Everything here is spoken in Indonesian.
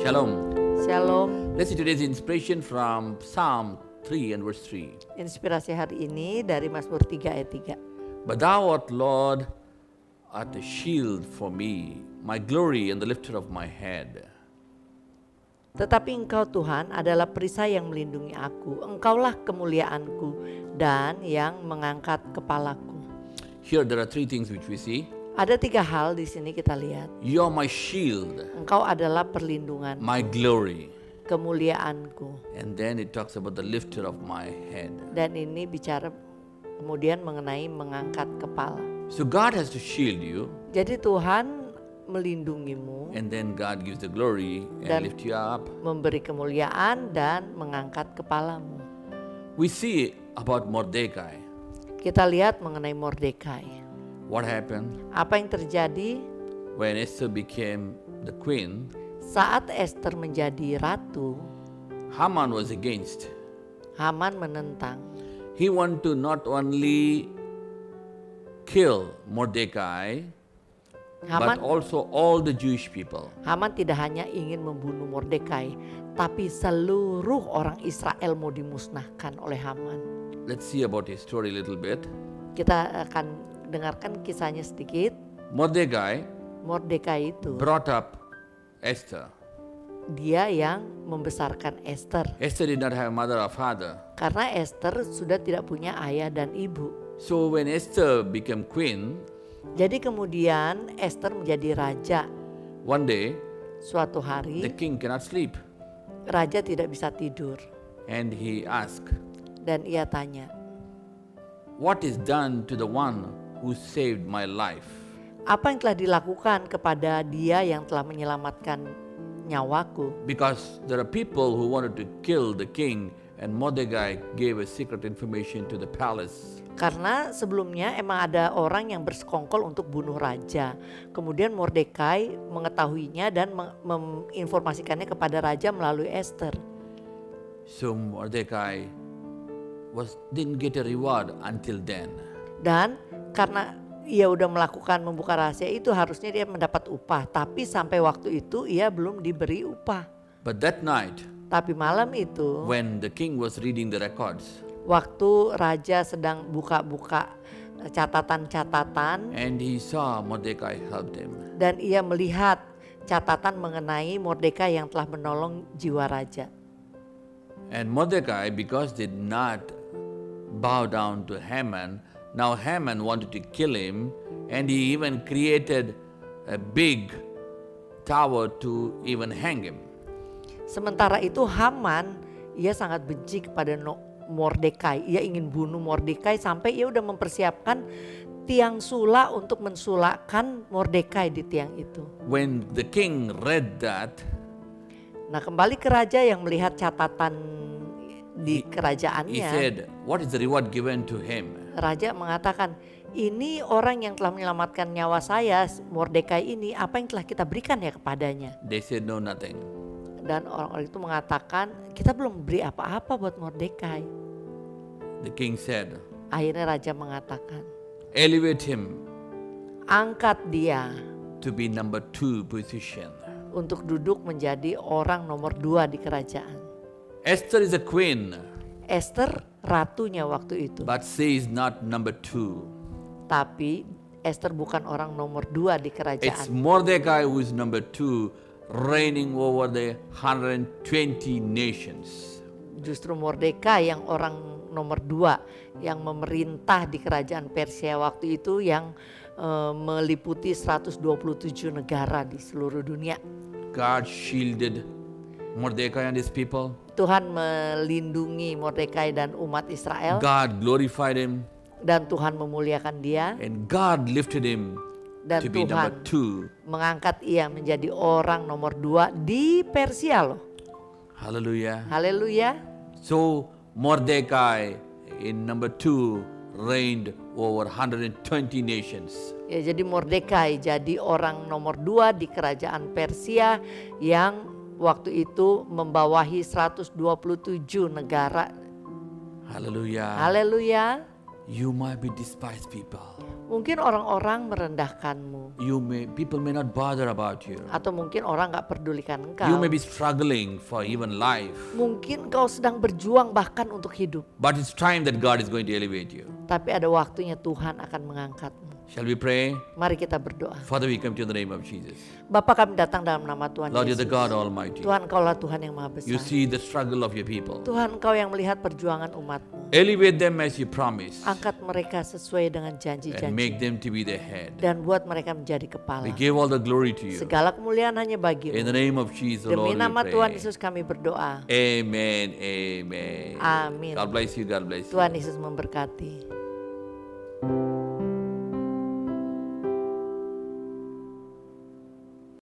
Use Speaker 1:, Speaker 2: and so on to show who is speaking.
Speaker 1: Shalom.
Speaker 2: Shalom.
Speaker 1: Let's see today's inspiration from Psalm 3 and verse 3.
Speaker 2: Inspirasi hari ini dari Mazmur 3 ayat 3.
Speaker 1: But thou art, Lord, art a shield for me, my glory and the lifter of my head.
Speaker 2: Tetapi engkau Tuhan adalah perisai yang melindungi aku. Engkaulah kemuliaanku dan yang mengangkat kepalaku.
Speaker 1: Here there are three things which we see.
Speaker 2: Ada tiga hal di sini kita lihat.
Speaker 1: You are my shield,
Speaker 2: Engkau adalah perlindungan
Speaker 1: my glory.
Speaker 2: kemuliaanku.
Speaker 1: And then it talks about the lifter of my head.
Speaker 2: Dan ini bicara kemudian mengenai mengangkat kepala.
Speaker 1: So God has to shield you,
Speaker 2: Jadi Tuhan melindungimu,
Speaker 1: and then God gives the glory and
Speaker 2: Dan-
Speaker 1: lift you up.
Speaker 2: memberi kemuliaan dan mengangkat kepalamu.
Speaker 1: We see about Mordecai.
Speaker 2: Kita lihat mengenai Mordekai.
Speaker 1: What happened
Speaker 2: Apa yang terjadi
Speaker 1: when Esther became the queen?
Speaker 2: saat Esther menjadi ratu?
Speaker 1: Haman was against.
Speaker 2: Haman menentang.
Speaker 1: He wanted to not only kill Mordecai, but
Speaker 2: Haman
Speaker 1: also all the Jewish people.
Speaker 2: Haman tidak hanya ingin membunuh Mordekai, tapi seluruh orang Israel mau dimusnahkan oleh Haman.
Speaker 1: Let's see about his story a little bit.
Speaker 2: Kita akan dengarkan kisahnya sedikit.
Speaker 1: Mordecai
Speaker 2: Mordekai itu
Speaker 1: brought up Esther.
Speaker 2: dia yang membesarkan Esther
Speaker 1: Esther did not have a mother or father.
Speaker 2: karena Esther sudah tidak punya ayah dan ibu.
Speaker 1: So when Esther became queen,
Speaker 2: Jadi kemudian Esther menjadi raja.
Speaker 1: one day
Speaker 2: Suatu
Speaker 1: the
Speaker 2: hari
Speaker 1: king cannot sleep
Speaker 2: raja tidak bisa tidur
Speaker 1: and he asked,
Speaker 2: dan ia tanya,
Speaker 1: What is done to the one who saved my life?
Speaker 2: apa yang telah dilakukan kepada dia yang telah menyelamatkan nyawaku
Speaker 1: Because there are people who wanted to kill the king, and Mordecai gave a secret information to the palace.
Speaker 2: karena sebelumnya emang ada orang yang bersekongkol untuk bunuh raja kemudian Mordekai mengetahuinya dan meng- menginformasikannya kepada raja melalui Esther
Speaker 1: So Mordecai was didn't get a reward until then.
Speaker 2: dan karena ia udah melakukan membuka rahasia itu harusnya dia mendapat upah tapi sampai waktu itu ia belum diberi upah
Speaker 1: But that night,
Speaker 2: tapi malam itu
Speaker 1: when the king was reading the records,
Speaker 2: waktu raja sedang buka-buka eh, catatan-catatan
Speaker 1: and he saw Mordecai helped him,
Speaker 2: dan ia melihat catatan mengenai Mordekai yang telah menolong jiwa raja.
Speaker 1: and Mordecai, because did not bow down to Haman, now Haman wanted to kill him, and he even created a big tower to even hang him.
Speaker 2: Sementara itu Haman ia sangat benci kepada No- Mordekai. Ia ingin bunuh Mordekai sampai ia udah mempersiapkan tiang sula untuk mensulakkan Mordekai di tiang itu.
Speaker 1: When the king read that,
Speaker 2: Nah, kembali ke raja yang melihat catatan di
Speaker 1: he
Speaker 2: kerajaannya.
Speaker 1: said, What is the reward given to him?
Speaker 2: Raja mengatakan, "Ini orang yang telah menyelamatkan nyawa saya, Mordekai ini, apa yang telah kita berikan ya kepadanya?"
Speaker 1: They said, No, nothing.
Speaker 2: dan orang-orang itu mengatakan kita belum beri apa-apa buat Mordekai.
Speaker 1: The king said,
Speaker 2: Akhirnya raja mengatakan,
Speaker 1: Elevate him
Speaker 2: angkat dia
Speaker 1: to be number two position.
Speaker 2: untuk duduk menjadi orang nomor dua di kerajaan.
Speaker 1: Esther is a queen,
Speaker 2: Esther ratunya waktu itu,
Speaker 1: but she is not number two.
Speaker 2: tapi Esther bukan orang nomor dua di
Speaker 1: It's
Speaker 2: kerajaan.
Speaker 1: Mordecai who is number two, reigning over the 120 nations.
Speaker 2: Justru Mordekai yang orang nomor dua yang memerintah di kerajaan Persia waktu itu yang eh, meliputi 127 negara di seluruh dunia.
Speaker 1: God shielded Mordecai and his people.
Speaker 2: Tuhan melindungi Mordekai dan umat Israel
Speaker 1: God glorified him,
Speaker 2: dan Tuhan memuliakan dia
Speaker 1: and God lifted him
Speaker 2: dan
Speaker 1: to be number
Speaker 2: Tuhan
Speaker 1: two.
Speaker 2: mengangkat ia menjadi orang nomor dua di Persia loh.
Speaker 1: Hallelujah.
Speaker 2: Haleluya.
Speaker 1: So Mordecai in number two reigned over 120 nations.
Speaker 2: Ya jadi Mordekai jadi orang nomor dua di kerajaan Persia yang waktu itu membawahi 127 negara.
Speaker 1: Hallelujah. Ah.
Speaker 2: Haleluya.
Speaker 1: You might be despised people.
Speaker 2: Mungkin orang-orang merendahkanmu
Speaker 1: You may people may not bother about you.
Speaker 2: atau mungkin orang nggak pedulikan
Speaker 1: You may
Speaker 2: engkau.
Speaker 1: be struggling for even life.
Speaker 2: Mungkin engkau sedang berjuang bahkan untuk hidup,
Speaker 1: But it's time that God is going to elevate you.
Speaker 2: tapi ada waktunya Tuhan akan mengangkatmu.
Speaker 1: Shall we pray?
Speaker 2: Mari kita berdoa.
Speaker 1: Father, we come to you in the name of Jesus.
Speaker 2: Bapa kami datang dalam nama Tuhan
Speaker 1: Lord, you're the
Speaker 2: Yesus.
Speaker 1: God Almighty.
Speaker 2: Tuhan kaulah Tuhan yang maha
Speaker 1: You
Speaker 2: besar.
Speaker 1: see the struggle of your people.
Speaker 2: Tuhan kau yang melihat perjuangan umatmu.
Speaker 1: Elevate them as you promised
Speaker 2: Angkat mereka sesuai dengan
Speaker 1: and
Speaker 2: janji-janji
Speaker 1: make them to be the head.
Speaker 2: dan buat mereka
Speaker 1: We
Speaker 2: menjadi kepala.
Speaker 1: give all the glory to you.
Speaker 2: Segala kemuliaan hanya
Speaker 1: In
Speaker 2: bagimu.
Speaker 1: the name of Jesus,
Speaker 2: Demi
Speaker 1: Lord,
Speaker 2: nama
Speaker 1: we
Speaker 2: Tuhan
Speaker 1: pray.
Speaker 2: Yesus kami berdoa.
Speaker 1: Amen. Amen.
Speaker 2: Amin.
Speaker 1: God bless you. God bless you.
Speaker 2: Tuhan Yesus memberkati.